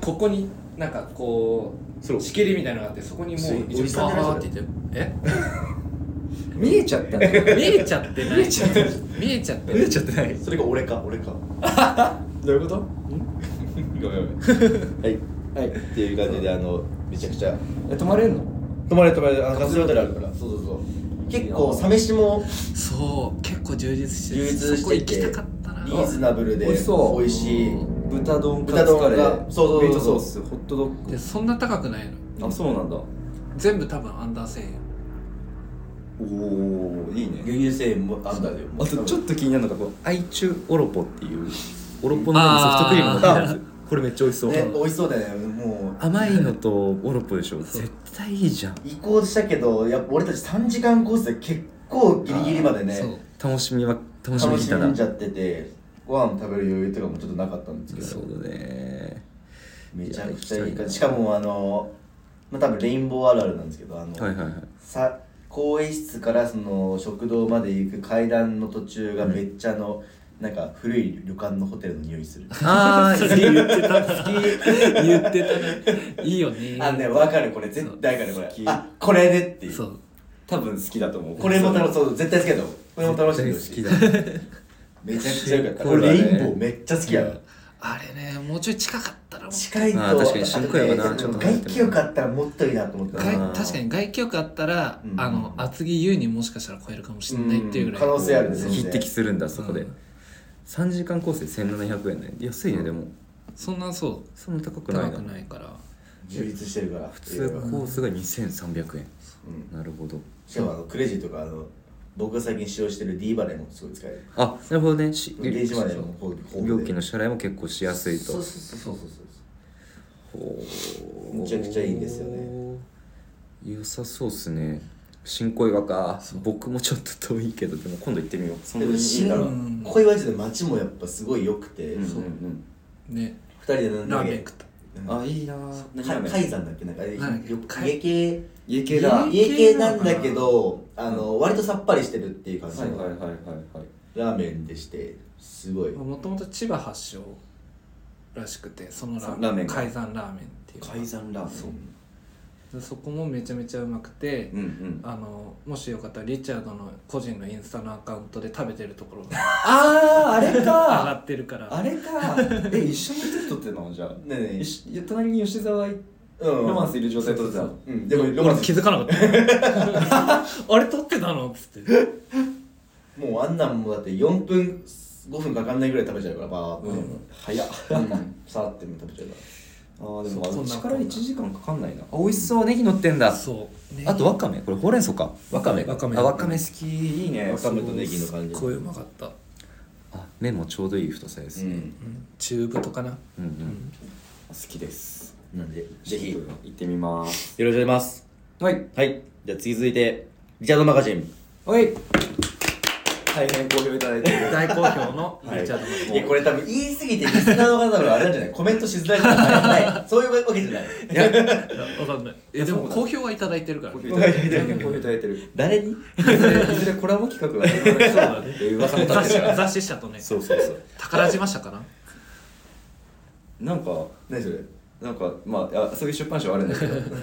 Speaker 3: ここになんかこ
Speaker 1: そう
Speaker 3: う仕切りみたいなのがあってそこにもう
Speaker 1: おじ
Speaker 3: 一
Speaker 1: さん
Speaker 3: 応
Speaker 1: じゃ
Speaker 3: バ
Speaker 1: な
Speaker 3: ー
Speaker 1: い
Speaker 3: っていってえ
Speaker 2: 見えちゃったね
Speaker 3: 見えちゃってない見えちゃって見えちゃってない
Speaker 2: ゃってない
Speaker 1: それが俺か俺か
Speaker 2: どういうこと
Speaker 1: ごめんごめんはい
Speaker 2: はい
Speaker 1: っていう感じであのめちゃくちゃ
Speaker 2: え泊まれんの
Speaker 1: 泊まれ泊まれあの活動ホテルあるから
Speaker 2: そうそうそう
Speaker 1: 結構サ飯も
Speaker 3: そう結構充実して
Speaker 1: 充
Speaker 3: る
Speaker 1: 実してて
Speaker 3: そこ行きたかったな
Speaker 1: リーズナブルで
Speaker 2: 美味しそう
Speaker 1: 美味しい
Speaker 2: 豚丼
Speaker 1: 豚
Speaker 2: カ
Speaker 1: 丼
Speaker 2: ツ
Speaker 1: が
Speaker 2: カレ
Speaker 1: そ
Speaker 2: ー
Speaker 1: うそうそうそう
Speaker 2: ミートソースホットドッ
Speaker 3: でそんな高くないの
Speaker 2: グあそうなんだ
Speaker 3: 全部多分アンダー1000円
Speaker 2: おおいいね
Speaker 1: 優先もあんだよ
Speaker 2: あとちょっ
Speaker 1: と
Speaker 2: と気になるのがこう愛中オロポっていうオロポの
Speaker 3: あ
Speaker 2: 上
Speaker 3: ー
Speaker 2: にソフトクリームが入ってるやつこれめっちゃ美味しそう、
Speaker 1: ね美味しそうだよねも
Speaker 2: 甘いのとオロポでしょ絶対いいじゃん
Speaker 1: う移行したけどやっぱ俺たち3時間コースで結構ギリギリまでね
Speaker 3: そう
Speaker 2: 楽しみは楽しみ
Speaker 1: 楽
Speaker 2: にし
Speaker 1: した
Speaker 2: ら
Speaker 1: んじゃっててご飯食べる余裕とかもちょっとなかったんですけ
Speaker 2: そ
Speaker 1: ど
Speaker 2: うだね
Speaker 1: めちゃくちゃいい
Speaker 2: いや行きた
Speaker 1: 感
Speaker 2: いな
Speaker 1: じしかもあのまあ多分レインボーあるあるなんですけどあの、
Speaker 2: はいはいはい
Speaker 1: さ更衣室からその食堂まで行く階段の途中がめっちゃあの、なんか古い旅館のホテルの匂いする
Speaker 2: あー言ってた好
Speaker 3: 言ってたねいいよね
Speaker 1: あねわかるこれ絶対わかるこれあこれねっていう
Speaker 3: そう
Speaker 2: 多分好きだと思う
Speaker 1: これも楽しそう絶対好きだと思うこれも楽しんでほしい
Speaker 2: 絶対好きだ
Speaker 1: めちゃくちゃよかった
Speaker 2: これ
Speaker 1: 俺
Speaker 2: だね
Speaker 1: レインボーめっちゃ好きやわ、
Speaker 3: あれねもうちょい近かったらもう
Speaker 1: 近いと
Speaker 2: あー確かに新小岩がな
Speaker 1: あとね
Speaker 2: ちょっと
Speaker 1: 外気よかったらもっといいなと思った
Speaker 3: 外
Speaker 2: あー
Speaker 3: 確かに外気浴あったら、
Speaker 1: うん
Speaker 3: あの厚木優にもしかしたら超えるかもしれないっていうぐらい、
Speaker 1: うん可能性あるね全然
Speaker 2: 匹敵するんだそこで、
Speaker 3: うん
Speaker 2: 3時間コースで1700円ね安いね、でも
Speaker 3: そんなそう
Speaker 2: そんな高くな
Speaker 3: 高
Speaker 2: いな
Speaker 3: くないから
Speaker 1: 充実してるから
Speaker 2: 普通コースが2300円、
Speaker 1: うん
Speaker 2: なるほど
Speaker 1: しかもあのクレジとかあの僕が最近使用してる D バレーもすごい使える
Speaker 2: あなるほどねし
Speaker 1: ゲージまでの方
Speaker 2: 料金の支払いも結構しやすいと
Speaker 1: そうそうそうそうそう
Speaker 2: ほう
Speaker 1: めちゃくちゃいいんですよね
Speaker 2: 良さそうっすね新小岩か僕もちょっと遠いけどでも今度行ってみようそ
Speaker 1: で
Speaker 2: の
Speaker 1: も
Speaker 2: 新
Speaker 1: 新
Speaker 2: う
Speaker 1: あ
Speaker 2: ん
Speaker 1: の
Speaker 3: うん
Speaker 1: 小岩市の街もやっぱすごい良くて、
Speaker 2: う
Speaker 1: 二
Speaker 2: んう
Speaker 1: 2
Speaker 2: ん
Speaker 3: ね
Speaker 1: 人でなんだ
Speaker 3: ラ
Speaker 1: っ
Speaker 3: ーメン
Speaker 1: け
Speaker 3: 食った
Speaker 1: あ
Speaker 2: あいいなぁ何ラーメン
Speaker 1: 海山だっけなんか
Speaker 3: なんだっけ
Speaker 1: よく
Speaker 3: 海
Speaker 1: 家系
Speaker 2: 家系だは
Speaker 3: 海
Speaker 2: い
Speaker 1: 家系なんだけどあの割とさっぱりしてるっていう感じ
Speaker 2: はいはい
Speaker 1: の
Speaker 2: はいはい
Speaker 1: ラーメンでしてすごい
Speaker 3: もともと千葉発祥らしくてそのラー
Speaker 2: ラーメ
Speaker 3: メ
Speaker 2: ン
Speaker 3: ン
Speaker 2: が
Speaker 3: 海山ラーメンっていう
Speaker 1: 海山ラーメ
Speaker 3: でそこもめちゃめちゃうまくて、
Speaker 2: うんうん
Speaker 3: あのもしよかったらリチャードの個人のインスタのアカウントで食べてるところが
Speaker 2: あああれ
Speaker 3: 上 が
Speaker 2: か
Speaker 3: ってるから
Speaker 2: あれか え一緒に時撮ってんのじゃあ
Speaker 1: ンねえねえ
Speaker 2: 一緒隣に吉沢い
Speaker 1: うん
Speaker 2: ロマンスいる状態撮ってたの
Speaker 1: うんでもロマン
Speaker 3: 俺気
Speaker 1: ス
Speaker 3: づかなかったあれ撮ってたのっつって
Speaker 1: もうあんなんもだって4分5分かかんないぐらい食べちゃうからバーって、
Speaker 2: うん早っ
Speaker 1: うんさーって食べちゃうか
Speaker 2: あーでも
Speaker 3: そ
Speaker 2: あ
Speaker 3: う
Speaker 2: っちか
Speaker 3: こん
Speaker 2: ら
Speaker 3: なこんな
Speaker 2: 1時間かかんないなあ美味しそうネギ乗ってんだ
Speaker 3: そう、ね
Speaker 2: あとわかめこれほうれん草かわかめ
Speaker 3: わかめ
Speaker 2: あわかめ好きいいね
Speaker 1: らわかめとネギの感じ
Speaker 3: すっごいうまかった、
Speaker 2: あ麺もちょうどいい太さです
Speaker 1: う
Speaker 2: ね、
Speaker 1: ん
Speaker 3: うん、チューブとかな
Speaker 2: うんうん
Speaker 3: ん
Speaker 2: 好きです
Speaker 1: なんでぜひよろしく
Speaker 2: 行ってみます
Speaker 1: お願いします
Speaker 2: はい
Speaker 1: はいじゃあ次続いてリチャードマガジン
Speaker 2: はい大変好評いただいてる
Speaker 3: 大好評のリチャードマ
Speaker 1: いやこれ多分言い過ぎてリスナーの方多分あれなんじゃないコメントしづらいとかないそういうわけじゃない
Speaker 3: わかんないいやでも好評はいただいてるから
Speaker 2: 好評
Speaker 3: ね
Speaker 2: いただいてる大変好評いただいてる
Speaker 1: 誰に
Speaker 2: いずれいずれコラボ企画が始まるそうだねって いう噂も立っ
Speaker 3: 雑
Speaker 2: てるか
Speaker 3: 誌
Speaker 2: ら
Speaker 3: 雑誌社とね
Speaker 2: そうそうそう
Speaker 3: 宝島社かな
Speaker 2: なんか
Speaker 1: 何それ
Speaker 2: なんかまああそういう出版社はあるんですけどなんか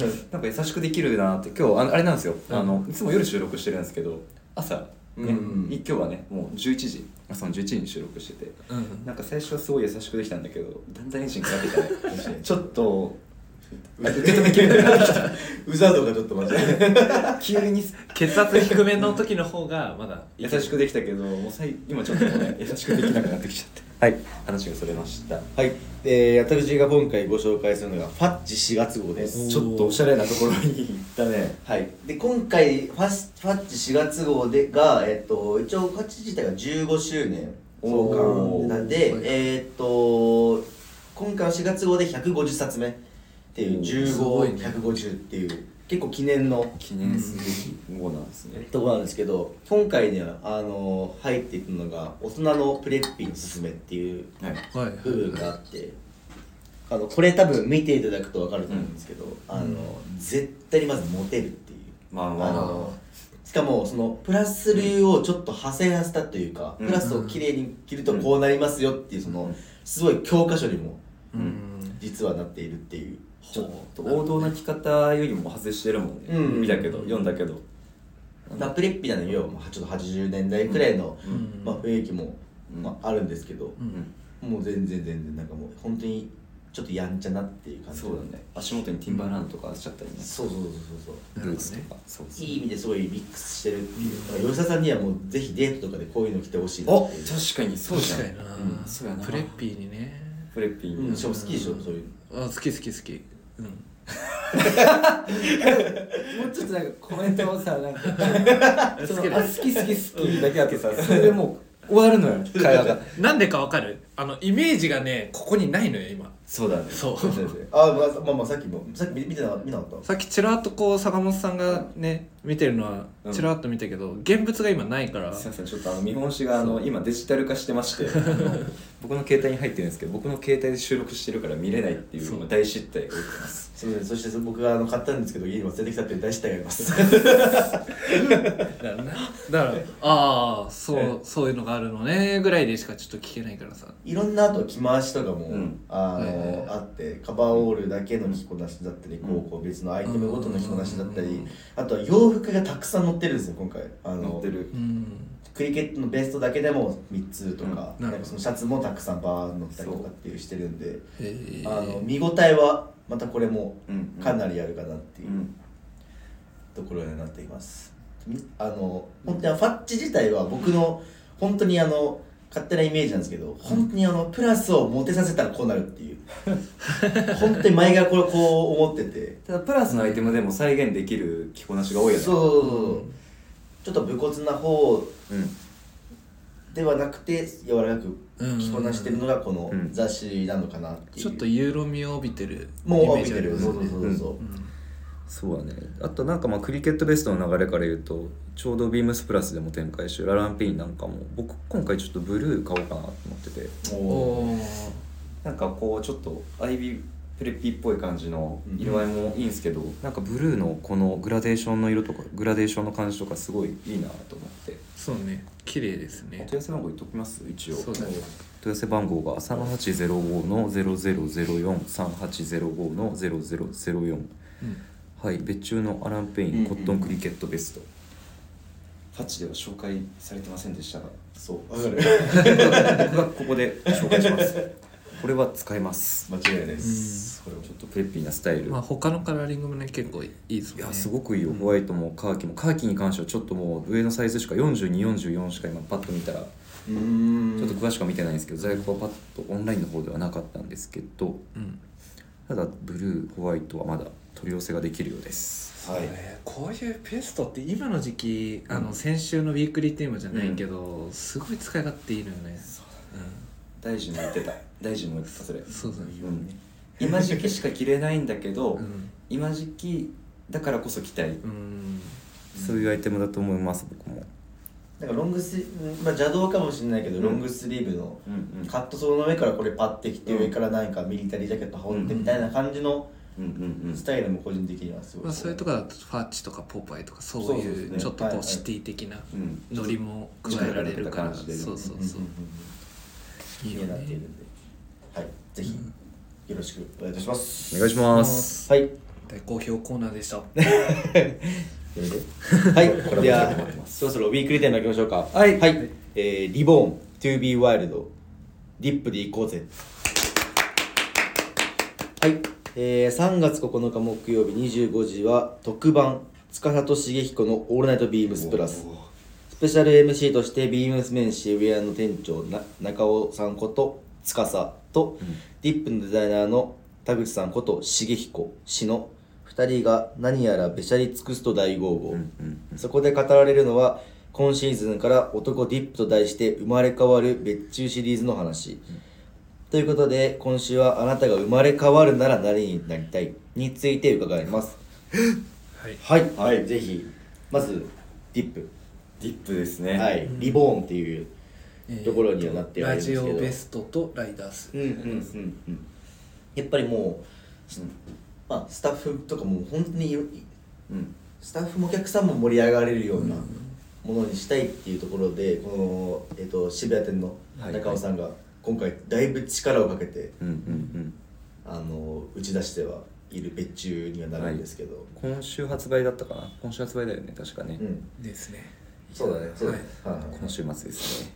Speaker 2: 優しくできるなって今日あのあれなんですよ、あのいつも夜収録してるんですけど朝、ね
Speaker 1: うんうん
Speaker 2: い今日はねもう11時朝の11時に収録してて
Speaker 3: うん
Speaker 2: なんか最初はすごい優しくできたんだけどだんだんエンジンかかってきたねちょっと受け止めきれなくなってきた
Speaker 1: うざとかちょっとマジで
Speaker 2: 急に
Speaker 3: 血圧低めの時の方がまだ
Speaker 2: 優しくできたけどもうさい今ちょっともうね優しくできなくなってきちゃってはい話がそれました
Speaker 1: はい、えー、私が今回ご紹介するのがファッチ4月号です
Speaker 2: ちょっとおしゃれなところに行ったね
Speaker 1: はい、で今回ファスファッチ4月号でが、えっと、一応ファッチ自体が15周年創
Speaker 2: お
Speaker 1: 刊
Speaker 2: ー
Speaker 1: なんで
Speaker 3: はい、
Speaker 1: えっと今回は4月号で150冊目っていう
Speaker 2: おー
Speaker 3: すごいね
Speaker 1: 15150っていう結構記念の
Speaker 2: 記念すべきものなんですね、
Speaker 1: ところなんですけど今回ねあの入っていくのが「大人のプレッピーのすすめ」っていう
Speaker 2: はい
Speaker 3: はいはい
Speaker 1: 部分があってあのこれ多分見ていただくと分かると思うんですけど、あの絶対にまずモテるっていう。
Speaker 2: まあ
Speaker 1: あ
Speaker 2: まあまあ
Speaker 1: のしかもそのプラス流をちょっと派生させたというか、
Speaker 2: うん
Speaker 1: プラスをきれいに切るとこうなりますよっていうそのすごい教科書にも
Speaker 3: うん
Speaker 1: 実はなっているっていう
Speaker 2: ちょっと王道な着方よりも外してるもんね、
Speaker 1: うん
Speaker 2: 見たけど読んだけど
Speaker 1: まあ、プレッピーなのよもうちょっと80年代くらいの、
Speaker 2: うん
Speaker 1: まあ、雰囲気も、
Speaker 2: うん
Speaker 1: まあ、あるんですけど
Speaker 3: う、ん
Speaker 1: もう全然全然なんかもう本当にちょっとやんちゃなっていう感じ
Speaker 2: そうだね足元にティンバーランドとかしちゃったりね
Speaker 1: そうそうそうそう
Speaker 3: なる
Speaker 2: ルー
Speaker 3: ほ
Speaker 2: ス
Speaker 3: ど
Speaker 2: と
Speaker 3: ね
Speaker 2: かそう
Speaker 1: そう
Speaker 2: そう
Speaker 1: いい意味ですごいミックスしてるっていう、だから吉田さんにはもうぜひデートとかでこういうの着てほしいな
Speaker 2: お
Speaker 1: っていう
Speaker 2: 確かにそう
Speaker 3: 確
Speaker 2: じゃん
Speaker 3: かにな,、
Speaker 2: うんそうやな
Speaker 3: プレッピーにね
Speaker 2: プレッピー
Speaker 1: うん、
Speaker 2: に
Speaker 1: しかも好きでしょ そういう
Speaker 3: あ好き好き好きうん
Speaker 2: もうちょっとなんかコメントをさなんかその
Speaker 3: 好きだ
Speaker 2: あ好き好き好きだけだとさそれでもう終わるのよ会話が
Speaker 3: なんでかわかるあのイメージがねここにないのよ今
Speaker 2: そうだね
Speaker 3: そう
Speaker 1: のあ、まあ、まあまあさっきもさっき見見てな見なかった
Speaker 3: さっきちらっとこう坂本さんがね見てるのはちらっと見たけど、現物が今ないから
Speaker 2: すいませんちょっとあの見本紙があの今デジタル化してまして あの僕の携帯に入ってるんですけど僕の携帯で収録してるから見れないっていう
Speaker 3: そう
Speaker 2: 今大失態が起きてます
Speaker 1: すみませんそして僕があの買ったんですけど家に忘れてきたっていう大失態があります
Speaker 3: だから,、だからああそうそういうのがあるのねぐらいでしかちょっと聞けないからさ
Speaker 1: いろんなあと着回しとかも、
Speaker 2: うん
Speaker 1: あの、
Speaker 3: はいはいはい
Speaker 1: あってカバーオールだけの着こなしだったり、
Speaker 2: うん
Speaker 1: こうこう別のアイテムごとの着こなしだったり、
Speaker 3: うん
Speaker 1: あとは洋服がたくさん載ってるんですよ今回あ
Speaker 2: 乗っ
Speaker 1: の
Speaker 2: てる
Speaker 3: うん
Speaker 1: クリケットのベストだけでも3つとか,、
Speaker 3: うんなるほど
Speaker 1: なんかそのシャツもたくさんバー載ったりとかっていうしてるんで、
Speaker 3: へえ
Speaker 1: あの見応えはまたこれも
Speaker 2: うん
Speaker 1: かなりやるかなって
Speaker 2: う
Speaker 1: いうんところになっています、みあの本当にファッチ自体は僕の本当にあの勝手なイメージなんですけど本当にあのプラスをモテさせたらこうなるっていう本当に前からこれこう思ってて
Speaker 2: ただプラスのアイテムでも再現できる着こなしが多いよね
Speaker 1: そうそうそうそうちょっと武骨な方
Speaker 2: うん
Speaker 1: ではなくて柔らかく着こなしてるのがこの
Speaker 2: うん
Speaker 1: 雑誌なのかなっていう、
Speaker 3: ちょっとユーロ味を帯びてる
Speaker 1: もう
Speaker 3: イメージあるよね
Speaker 1: そうそうそうそう、
Speaker 2: そうだねあとなんかまあクリケットベストの流れから言うとちょうどビームスプラスでも展開してるラランピーンなんかも僕今回ちょっとブルー買おうかなと思ってて
Speaker 3: うん
Speaker 1: も
Speaker 3: おー
Speaker 2: なんかこうちょっとアイビープレッピーっぽい感じの色合いもいいんですけど、なんかブルーのこのグラデーションの色とかグラデーションの感じとかすごいいいなと思って
Speaker 3: そうね綺麗です
Speaker 2: お問い
Speaker 3: ね
Speaker 2: 合わせ番号言っときます一応
Speaker 3: そうだね
Speaker 2: 問い合わせ番号が3805の00043805の0004
Speaker 3: うん
Speaker 2: はい別注のアラン・ペイン、
Speaker 1: うんうん
Speaker 2: コットンクリケットベストファッチでは紹介されてませんでしたが
Speaker 1: うそうわかる
Speaker 2: 僕がここで紹介します これは使えます
Speaker 1: 間違いないです、これ
Speaker 2: ちょっとプレッピーなスタイル、
Speaker 3: まあ他のカラーリングもね結構いいです
Speaker 2: い
Speaker 3: もん
Speaker 2: や
Speaker 3: ね
Speaker 2: すごくいいよホワイトもカーキもカーキに関してはちょっともう上のサイズしか4244しか今パッと見たらち
Speaker 1: うーん
Speaker 2: ょっと詳しくは見てないんですけど在庫はパッとオンラインの方ではなかったんですけど
Speaker 3: うん
Speaker 2: ただブルーホワイトはまだ取り寄せができるようです
Speaker 1: はい
Speaker 3: ねこういうペストって今の時期あの先週のウィークリーテーマじゃないけど、すごい使い勝手いいのよね
Speaker 2: 大臣も言ってた大臣も言ってたそれ
Speaker 3: うん、そうだね
Speaker 2: うん今時期しか着れないんだけど、
Speaker 3: うん
Speaker 2: 今時期だからこそ着たい、
Speaker 3: うん
Speaker 2: そういうアイテムだと思います僕も
Speaker 1: なんかロングスリまあ邪道かもしれないけど、
Speaker 2: うん
Speaker 1: ロングスリーブの
Speaker 2: うんうん
Speaker 1: カットソーの上からこれパッてきて、
Speaker 2: うん
Speaker 1: 上からなんかミリタリージャケット羽織ってみたいな感じの
Speaker 2: うんうん
Speaker 1: スタイルも個人的にはすごい、
Speaker 3: まあ、そういうとこだとファッチとかポパイとかそう
Speaker 1: そうで
Speaker 3: い
Speaker 1: す
Speaker 3: う
Speaker 1: ね
Speaker 3: ちょっと
Speaker 1: はい
Speaker 3: こ
Speaker 1: は
Speaker 3: う
Speaker 1: い
Speaker 3: シティ的な
Speaker 2: うん
Speaker 3: ノリも加えられるから
Speaker 2: ちょ
Speaker 3: そ
Speaker 2: っ
Speaker 3: う
Speaker 2: と
Speaker 1: う
Speaker 3: そう
Speaker 1: んうんうん
Speaker 3: そう
Speaker 1: うん
Speaker 3: いいよ
Speaker 1: なっている
Speaker 3: ね
Speaker 1: んではいぜひよろしくお願いいたします
Speaker 2: お願いします
Speaker 1: はい
Speaker 3: 大好評コーナーでした
Speaker 1: はい
Speaker 4: これではそろそろウィークリーテーマいきましょうか
Speaker 3: はい
Speaker 4: はいえー、リボーン To be wild ディップで行こうぜはい、えー、3月9日木曜日25時は特番司と茂彦の「オールナイトビームスプラス」スペシャル MC としてビームスメン渋谷の店長な中尾さんこと司と、ディップのデザイナーの田口さんこと重彦氏の2人が何やらべしゃり尽くすと大豪語、
Speaker 2: うんうん
Speaker 4: そこで語られるのは今シーズンから男ディップと題して生まれ変わる別注シリーズの話、ということで今週はあなたが生まれ変わるなら何になりたいについて伺います
Speaker 3: はい
Speaker 4: はい、はい、ぜひまずディップ
Speaker 2: ディップですね
Speaker 4: はい、リボーンっていうところにはなってはいるん
Speaker 3: ラ
Speaker 4: ですけ
Speaker 3: ジ
Speaker 4: ど
Speaker 3: オベストとライダース
Speaker 4: うんうんうんうんやっぱりもう、
Speaker 2: うん
Speaker 1: まあスタッフとかもう本当にいろ
Speaker 2: うん
Speaker 1: スタッフもお客さんも盛り上がれるようなものにしたいっていうところでこの、えっと渋谷店の中尾さんが今回だいぶ力をかけて
Speaker 2: うんうん
Speaker 1: あの打ち出してはいる別注にはなるんですけど、
Speaker 2: うん今週発売だったかな今週発売だよね確かね、
Speaker 1: うん
Speaker 5: ですね
Speaker 1: そうだねそうだね、はい
Speaker 2: 今週末ですね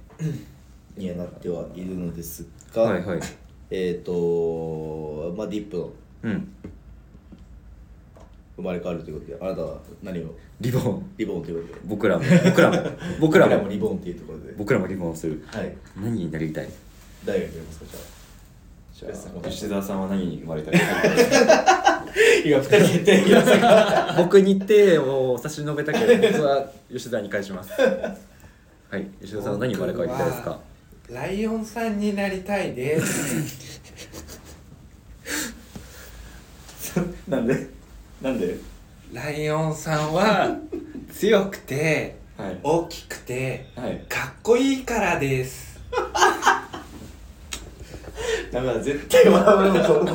Speaker 1: にはなってはいるのですが、
Speaker 2: はいはい
Speaker 1: えっ、とまあディップの
Speaker 2: うん
Speaker 1: 生まれ変わるということであなたは何を
Speaker 2: リボン
Speaker 1: リボンということで
Speaker 2: 僕 らも僕らも僕らも
Speaker 1: リボンっていうところで
Speaker 2: 僕らもリボンをする
Speaker 1: はい
Speaker 2: 何になりたい
Speaker 1: 誰が決めますかじゃあ
Speaker 2: じ
Speaker 1: 吉
Speaker 2: 澤さんは何に生まれたい
Speaker 1: 今二人決定今
Speaker 2: 僕に手を差し伸べたけど僕 は吉澤に返しますはい吉澤さんは何に生まれ変わりたいですか
Speaker 3: 僕はライオンさんになりたいです。
Speaker 1: なんでなんで
Speaker 3: ライオンさんは強くて、
Speaker 2: はい
Speaker 3: 大きくて、
Speaker 2: はい
Speaker 3: かっこいいからです。
Speaker 1: ダメだ絶対笑うのそう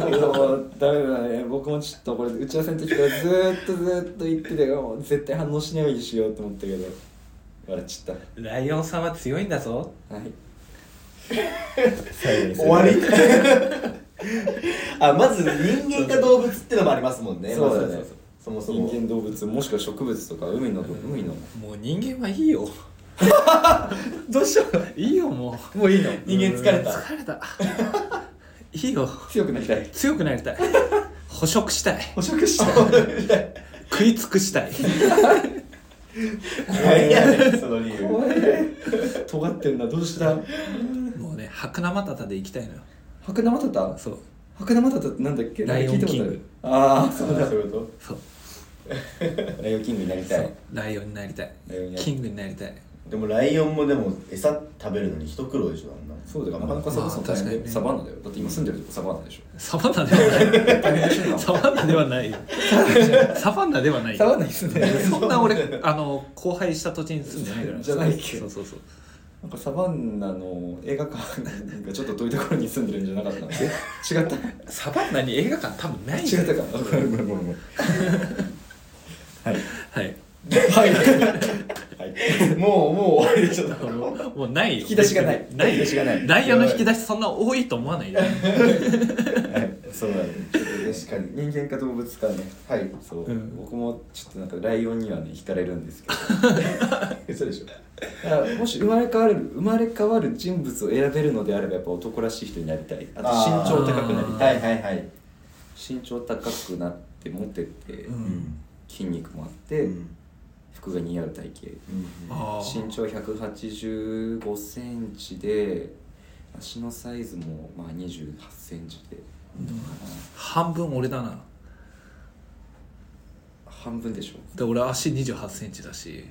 Speaker 2: ダメだね僕もちょっとこれ打ち合わせの時からずーっとずーっと言っててもう絶対反応しないようにしようと思ったけど笑っちゃっ
Speaker 3: ライオンさんは強いんだぞ。
Speaker 2: たはい最後にす
Speaker 1: 終
Speaker 2: る
Speaker 1: わり あまず人間か動物ってのもありますもんね
Speaker 2: そうそう
Speaker 1: まず
Speaker 2: そ
Speaker 1: ね
Speaker 2: うそう
Speaker 1: そもそも
Speaker 2: 人間動物もしくは植物とか海の海の
Speaker 3: もう人間はいい よ。
Speaker 2: どうしよう
Speaker 3: いいよも
Speaker 2: もういいの
Speaker 1: 人間疲れ
Speaker 3: う。
Speaker 1: た
Speaker 3: 疲れた。いいよ。
Speaker 2: 強くなりたい
Speaker 3: 強くなりたい。捕食したい。
Speaker 2: 捕食した
Speaker 3: 食い尽くしたい。
Speaker 1: 怖いやねその理由
Speaker 2: 尖ってるなどうした
Speaker 3: もうね、白生タタで行きたいのよ。
Speaker 2: 白生タタ
Speaker 3: そう。
Speaker 2: 白生タタってなんだっけ
Speaker 3: ライオンキング
Speaker 2: 聞いたことあるああそうだ
Speaker 1: そういうこ
Speaker 3: そう。
Speaker 2: ライオンキングになりた
Speaker 3: そ
Speaker 2: いう
Speaker 3: ライオンになりたい
Speaker 2: ライオンになり。たい
Speaker 3: キングになりたい。
Speaker 1: とでもライオンもでも餌食べるのに一苦労でしょあんなの
Speaker 2: そうだよなかなか探すの
Speaker 3: まあ
Speaker 2: 大変だよ
Speaker 3: 確かにね
Speaker 2: サバンナだよだって今住んでるとこサバンナでしょ
Speaker 3: サバンナではない。
Speaker 2: 大変でしょ
Speaker 3: サバンナではないよ。サ
Speaker 2: サバ
Speaker 3: バンナではないよ。
Speaker 2: ンナに住んでる
Speaker 3: そんな俺、あの、荒廃した土地に住んでないから。
Speaker 2: じゃないけ
Speaker 3: そ
Speaker 2: ど
Speaker 3: うそうそう。
Speaker 2: なんかサバンナの映画館がちょっと遠いところに住んでるんじゃなかったの 違った
Speaker 3: サバンナに映画館多分ない
Speaker 2: 違ったかごめんごめんごめん
Speaker 3: はい。
Speaker 2: はいはい
Speaker 1: もうもう終わりでしょ
Speaker 3: もうもうないよ。
Speaker 2: 引き出しがない
Speaker 3: な
Speaker 2: 引
Speaker 3: い
Speaker 2: き出しがない
Speaker 3: ライオンの引き出しそんな多いと思わないで。
Speaker 2: そうだね
Speaker 1: 確かに
Speaker 2: 人間か動物かね
Speaker 1: はい
Speaker 2: そう、
Speaker 3: うん
Speaker 2: 僕もちょっとなんかライオンにはね惹かれるんですけど
Speaker 1: 嘘でしょ
Speaker 2: だからもし生まれ変わる生まれ変わる人物を選べるのであればやっぱ男らしい人になりたいあと身
Speaker 1: あー
Speaker 2: 長高くなりたい
Speaker 1: はいはいはい
Speaker 2: 身長高くなってモテて、
Speaker 1: うん
Speaker 2: 筋肉もあっ
Speaker 1: う
Speaker 2: て、
Speaker 1: ん
Speaker 2: 服が似合う体型
Speaker 3: あー
Speaker 2: 身長1 8 5ンチで足のサイズもまあ2 8ンチで、
Speaker 3: 半分俺だな。
Speaker 2: 半分でしょ
Speaker 3: で俺足2 8センチだし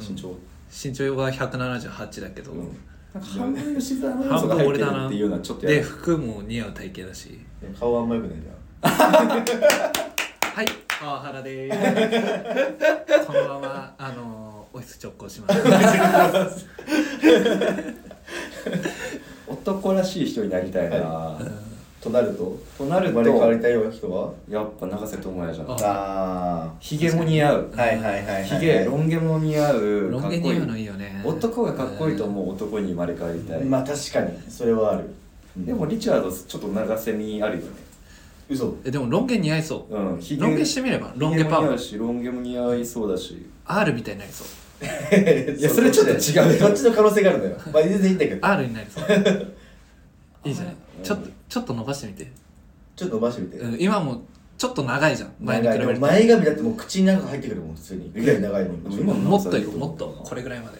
Speaker 2: 身長、
Speaker 3: 身長は178だけど、
Speaker 2: うんなんか半分吉沢の要素
Speaker 3: 半
Speaker 2: が
Speaker 3: 分
Speaker 2: 入っ
Speaker 3: 俺
Speaker 2: て
Speaker 3: だ
Speaker 2: る
Speaker 3: な
Speaker 2: っていうのはちょっとや
Speaker 3: で
Speaker 2: だ
Speaker 3: 服も似合う体型だし
Speaker 1: でも顔はあんまよくないじゃん
Speaker 3: はいパワハラでー すこのままあのー、オフィス直行します
Speaker 2: 男らしい人になりたいな、
Speaker 1: となると
Speaker 2: とな
Speaker 1: 生
Speaker 2: る
Speaker 1: まれ変わり
Speaker 2: と
Speaker 1: たいような人は
Speaker 2: やっぱ永瀬智也じゃん
Speaker 3: あ
Speaker 1: あ
Speaker 2: ひげも似合う
Speaker 1: あはいはいはい
Speaker 2: ひげロン毛も似合う
Speaker 3: ロ
Speaker 2: か
Speaker 3: ン
Speaker 2: っ
Speaker 3: 毛
Speaker 2: こ
Speaker 3: 似
Speaker 2: い
Speaker 3: 合うの
Speaker 2: い
Speaker 3: いいよね
Speaker 2: 男がかっこいいと思う男に生まれ変わりたい、
Speaker 1: まあ確かにそれはあるうん
Speaker 2: でもリチャードちょっと長瀬にあるよね
Speaker 1: 嘘
Speaker 3: えでもロン毛似合いそ
Speaker 2: うんひ
Speaker 3: う
Speaker 2: げ
Speaker 3: ロン毛してみればロン毛パ
Speaker 2: も似合
Speaker 3: ワ
Speaker 2: う
Speaker 3: ー
Speaker 2: しロン毛も似合いそうだし
Speaker 3: R みたいになりそう
Speaker 1: い
Speaker 2: やそれちょっと違う
Speaker 1: どっちの可能性があるのよまあ全然いいんだけど
Speaker 3: R になりそういいじゃないちょっとちょっと伸ばしてみて、
Speaker 1: ちょっと伸ばしてみて
Speaker 3: うん、今もちょっと長いじゃん前に比べ
Speaker 1: 長
Speaker 3: る
Speaker 1: い
Speaker 3: と
Speaker 1: 前髪だってもう口の中入ってくるもん普通にぐらい長いもん
Speaker 2: うん
Speaker 1: 今
Speaker 3: もっとよもっとこれぐらいまで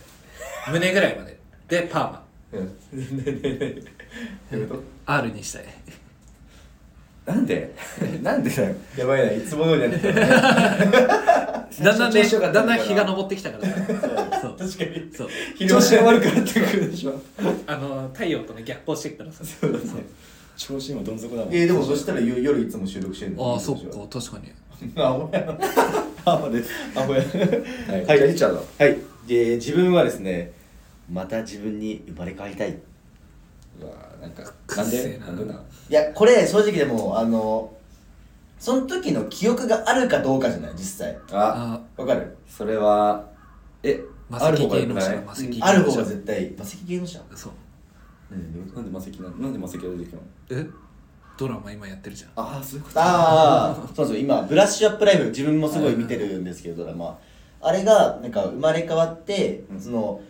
Speaker 3: 胸ぐらいまででパーマ
Speaker 1: うんねねねねどういうこ
Speaker 3: R にしたい
Speaker 2: なんで なんでだよ
Speaker 1: とやばいないつものようにやってた
Speaker 3: だんだんね
Speaker 2: 調子良か
Speaker 3: だ
Speaker 2: ったのかな
Speaker 3: んだん日が昇ってきたからさそう
Speaker 1: 確かに
Speaker 3: そう
Speaker 2: 調子が悪くなってくるでしょ
Speaker 3: あの太陽とね逆行してきたらさ
Speaker 2: そうだね 調子もどん底だもん
Speaker 1: えーでもそしたら夜夜いつも収録してるの
Speaker 3: ああそっか確かに
Speaker 1: あほや
Speaker 2: アホです
Speaker 1: あほや
Speaker 2: はい、
Speaker 1: はい
Speaker 2: じゃあリチャード
Speaker 1: はいで自分はですねまた自分に生まれ変わりたいう
Speaker 2: わーなんか
Speaker 3: く
Speaker 2: なん
Speaker 3: っせ
Speaker 2: で
Speaker 3: えな
Speaker 2: なんでない
Speaker 1: やこれ正直でもあのその時の記憶があるかどうかじゃない実際
Speaker 2: あ
Speaker 3: あ
Speaker 1: わかる
Speaker 2: それはえ
Speaker 3: マセ
Speaker 2: あ
Speaker 3: キ
Speaker 2: る方が
Speaker 3: 芸
Speaker 2: 良く
Speaker 3: 能
Speaker 2: ない
Speaker 3: 者マセキ芸能
Speaker 1: あ
Speaker 3: 者
Speaker 1: る方が絶対マセキ芸能者
Speaker 3: そう
Speaker 2: うんなんでマセキなのなんでマセキが出てきたの
Speaker 3: えドラマ今やってるじゃん
Speaker 2: ああそういうこと
Speaker 1: ああそうそう今ブラッシュアップライブ自分もすごい見てるんですけどドラマあれがなんか生まれ変わって、
Speaker 2: うん
Speaker 1: その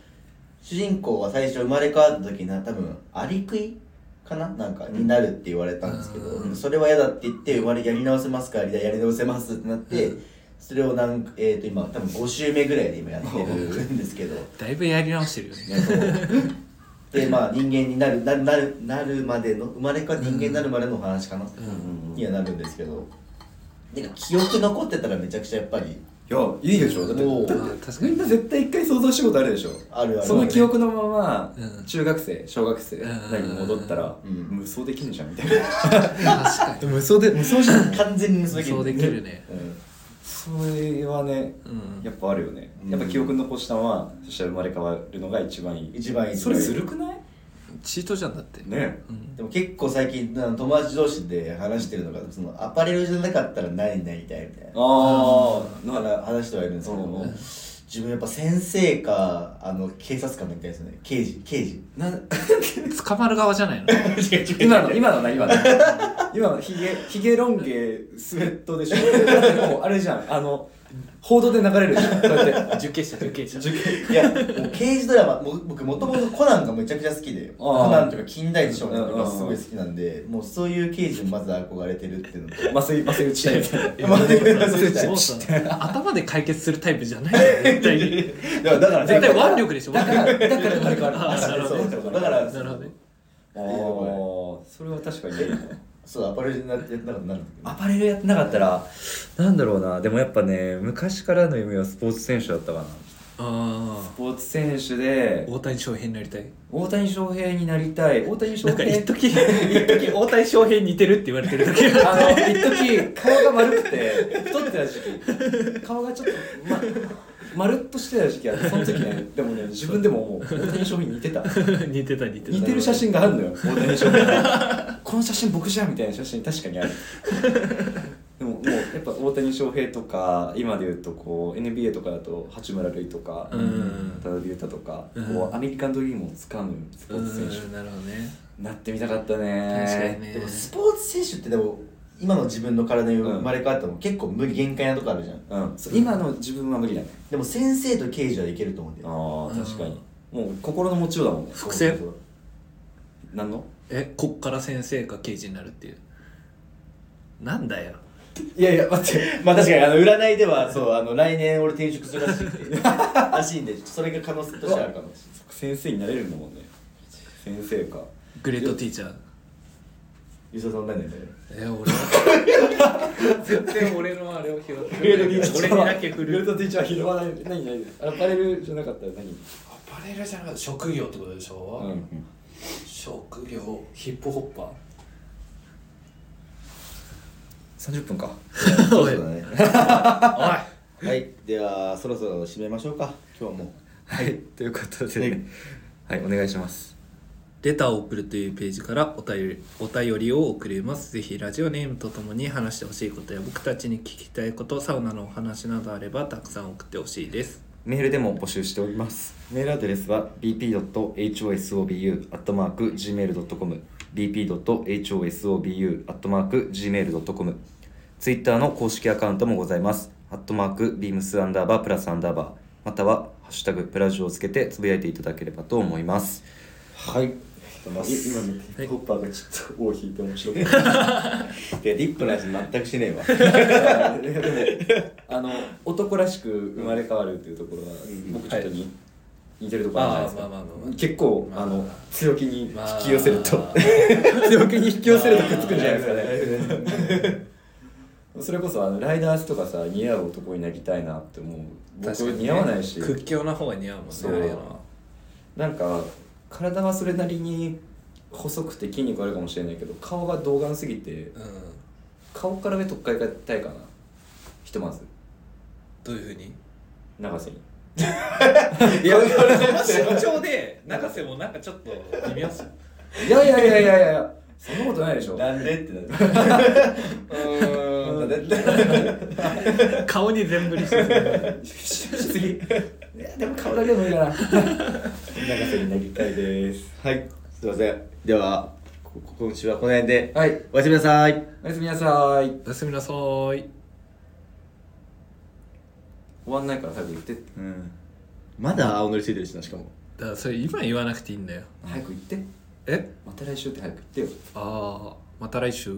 Speaker 1: 主人公が最初生まれ変わった時に多分アリクイかななんか
Speaker 2: うん
Speaker 1: になるって言われたんですけど、
Speaker 3: うん
Speaker 1: それは嫌だって言って生まれやり直せますからやり直せますってなって、それをなんえー、と今多分5週目ぐらいで今やってるんですけど
Speaker 3: だいぶやり直してるよね
Speaker 1: でまあ人間になるななるなるまでの生まれ変わって人間になるまでのお話かな、
Speaker 3: うん
Speaker 2: うんうんい
Speaker 1: に
Speaker 2: や
Speaker 1: はなるんですけどなんか記憶残ってたらめちゃくちゃやっぱり
Speaker 2: いいでしょだって
Speaker 1: もう
Speaker 2: だっ
Speaker 3: あ
Speaker 2: て
Speaker 3: 確か
Speaker 2: み
Speaker 3: に
Speaker 2: んな絶対一回想像したことあるでしょ
Speaker 1: あるある
Speaker 2: その記憶のまま
Speaker 3: うん
Speaker 2: 中学生小学生なりに戻ったら
Speaker 1: うん
Speaker 2: 無双できんじゃんみたいな
Speaker 3: 確かに
Speaker 2: 無双で無双じゃん
Speaker 1: 完全に無双できる
Speaker 3: そうできるね
Speaker 1: うん
Speaker 2: それはね
Speaker 3: うん
Speaker 2: やっぱあるよね
Speaker 1: うん
Speaker 2: やっぱ記憶残したままそしたら生まれ変わるのが一番いい
Speaker 1: 一番いい
Speaker 2: それずるくない
Speaker 3: チートじゃんだって
Speaker 2: ね
Speaker 3: うん
Speaker 1: でも結構最近あの友達同士で話してるのがそのアパレルじゃなかったら何になりたいみたいな
Speaker 2: ああ
Speaker 1: だから話してはいるんですけども
Speaker 2: うん
Speaker 1: 自分やっぱ先生かあの警察官みたいですね刑事刑事
Speaker 2: な
Speaker 3: 捕まる側じゃないの
Speaker 1: 違う違う違う
Speaker 2: 今の今のな今の 今のヒゲヒゲロン毛スウェットでしょだって もうあれじゃんあの報道で流れるじゃんこうやって
Speaker 3: 受刑者受刑者
Speaker 1: いやもう刑事ドラマもう僕もともとコナンがめちゃくちゃ好きで
Speaker 2: あー
Speaker 1: コナンとか近代一少年とかすごい好きなんでもうそういう刑事にまず憧れてるっていうのと
Speaker 2: 麻酔麻酔打ちたいみたいな
Speaker 1: まあでもそうですね
Speaker 3: そうそう頭で解決するタイプじゃないよ絶対に
Speaker 1: いやだから
Speaker 3: 絶対腕力でしょ
Speaker 2: だからだからこれから
Speaker 3: あなるほど
Speaker 1: そうそうだから
Speaker 3: なるほどね
Speaker 2: あーそれは確かにいいな
Speaker 1: そうアパレルになってなかったなるんだけど
Speaker 2: アパレルやってなかったらなんだろうなでもやっぱね昔からの夢はスポーツ選手だったかな
Speaker 3: あ
Speaker 2: スポーツ選手で
Speaker 3: あ大谷翔平になりたい
Speaker 2: 大谷翔平になりたい大谷翔
Speaker 3: なんか
Speaker 2: 平
Speaker 3: 一時一時大谷翔平似てるって言われてる時 が
Speaker 2: あの一時顔が丸くて太ってた時期顔がちょっと、ま、丸っとしてた時期あってその時ねでもね自分でももう大谷翔平に似てた
Speaker 3: 似てた似てた
Speaker 2: 似てる写真があるのよ大谷翔平のこの写真僕じゃんみたいな写真確か にあるでももうやっぱ大谷翔平とか今で言うとこう NBA とかだと八村塁とか
Speaker 3: うん
Speaker 2: 田辺裕太とか、
Speaker 3: うん
Speaker 2: こうアメリカンドリームをつかむスポ
Speaker 3: う
Speaker 2: ーツ選手
Speaker 3: んなるほどね
Speaker 2: なってみたかったね
Speaker 3: 確かにね
Speaker 1: でもスポーツ選手ってでも今の自分の体に生まれ変わっても結構無理限界なとこあるじゃん
Speaker 2: うん、そう今の自分は無理だね
Speaker 1: でも先生と刑事はいけると思うんだよ
Speaker 2: ああ確かに、もう心の持ちようだもんね
Speaker 3: 伏線
Speaker 1: そうそう
Speaker 2: 何の
Speaker 3: えこっから先生か刑事になるっていうなんだよ
Speaker 2: いやいや待って
Speaker 1: まあ確かにあの占いではそうあの来年俺転職するらしいん でらしいんでそれが可能性としてあるかもし
Speaker 2: 先生になれるんだもんね先生か
Speaker 3: グレートティーチャー
Speaker 1: れない吉田さん何年だよ
Speaker 3: え俺は 絶対俺のあれを拾って
Speaker 2: グレートティーチャー
Speaker 3: 俺にだけ振
Speaker 2: グレー
Speaker 3: る
Speaker 2: トティーチャー拾わない何何アパレルじゃなかったら何
Speaker 6: アパレルじゃなくて職業ってことでしょ、
Speaker 2: うん
Speaker 6: 職業ヒップホッパー
Speaker 2: 30分か
Speaker 3: お
Speaker 1: そ
Speaker 3: い
Speaker 1: うだねはいではそろそろ締めましょうか今日も
Speaker 2: はいということでねはい、お願いします
Speaker 3: レターを送るというページからお便りお便りを送れます。ぜひラジオネームとともに話してほしいことや僕たちに聞きたいこと、サウナのお話などあればたくさん送ってほしいです。
Speaker 2: メールでも募集しておりますメールアドレスは bp.hosobu.gmail.com bp.hosobu.gmail.com ツイッターの公式アカウントもございます。アットマーク、ビームスアンダーバー、プラスアンダーバー、または、ハッシュタグ、プラジオをつけてつぶやいていただければと思います。
Speaker 1: はい今
Speaker 2: のヒ
Speaker 3: ップホ
Speaker 2: ッパーがちょっと尾を引いて面白い。
Speaker 1: いやリップの味全くしねえわ
Speaker 2: あの、男らしく生まれ変わるっていうところは、僕ちょっとに、似てるところあるじゃないですか。
Speaker 3: まあまあまあまあまあ
Speaker 2: 結構、
Speaker 3: まあ
Speaker 2: あの、強気に引
Speaker 3: まあ
Speaker 2: き寄せると、 強気に引き寄せるとくっつくんじゃないですかね。それこそあのライダースとかさ似合う男になりたいなって思う僕似合わないし、
Speaker 3: 屈強な方が似合うもんね。
Speaker 2: そう
Speaker 3: あれは
Speaker 2: なんか体はそれなりに細くて筋肉あるかもしれないけど顔が童顔すぎて
Speaker 3: うん。
Speaker 2: 顔から上取っかえたいかなひとまず
Speaker 3: どういうふうに
Speaker 2: 永瀬に
Speaker 3: いや、身長で、永瀬もなんかちょっと微妙っすよ。
Speaker 2: いやいやいやいやいやそんなことないでしょ
Speaker 1: なんでってなる
Speaker 3: うーん顔に全振りしてる
Speaker 2: 次いやでも顔だけでもいいかな長瀬になりたいです
Speaker 1: はいすいませんではこ今週はこの辺で
Speaker 2: はい
Speaker 1: おやすみなさい
Speaker 2: おやすみなさい
Speaker 3: おやすみなさーい
Speaker 2: 終わんないから早く言ってって
Speaker 1: うんまだ青のりついてるしなしかも
Speaker 3: だからそれ今言わなくていいんだよ
Speaker 2: 早く言って
Speaker 3: え
Speaker 2: また来週って早く言ってよ
Speaker 3: ああまた来週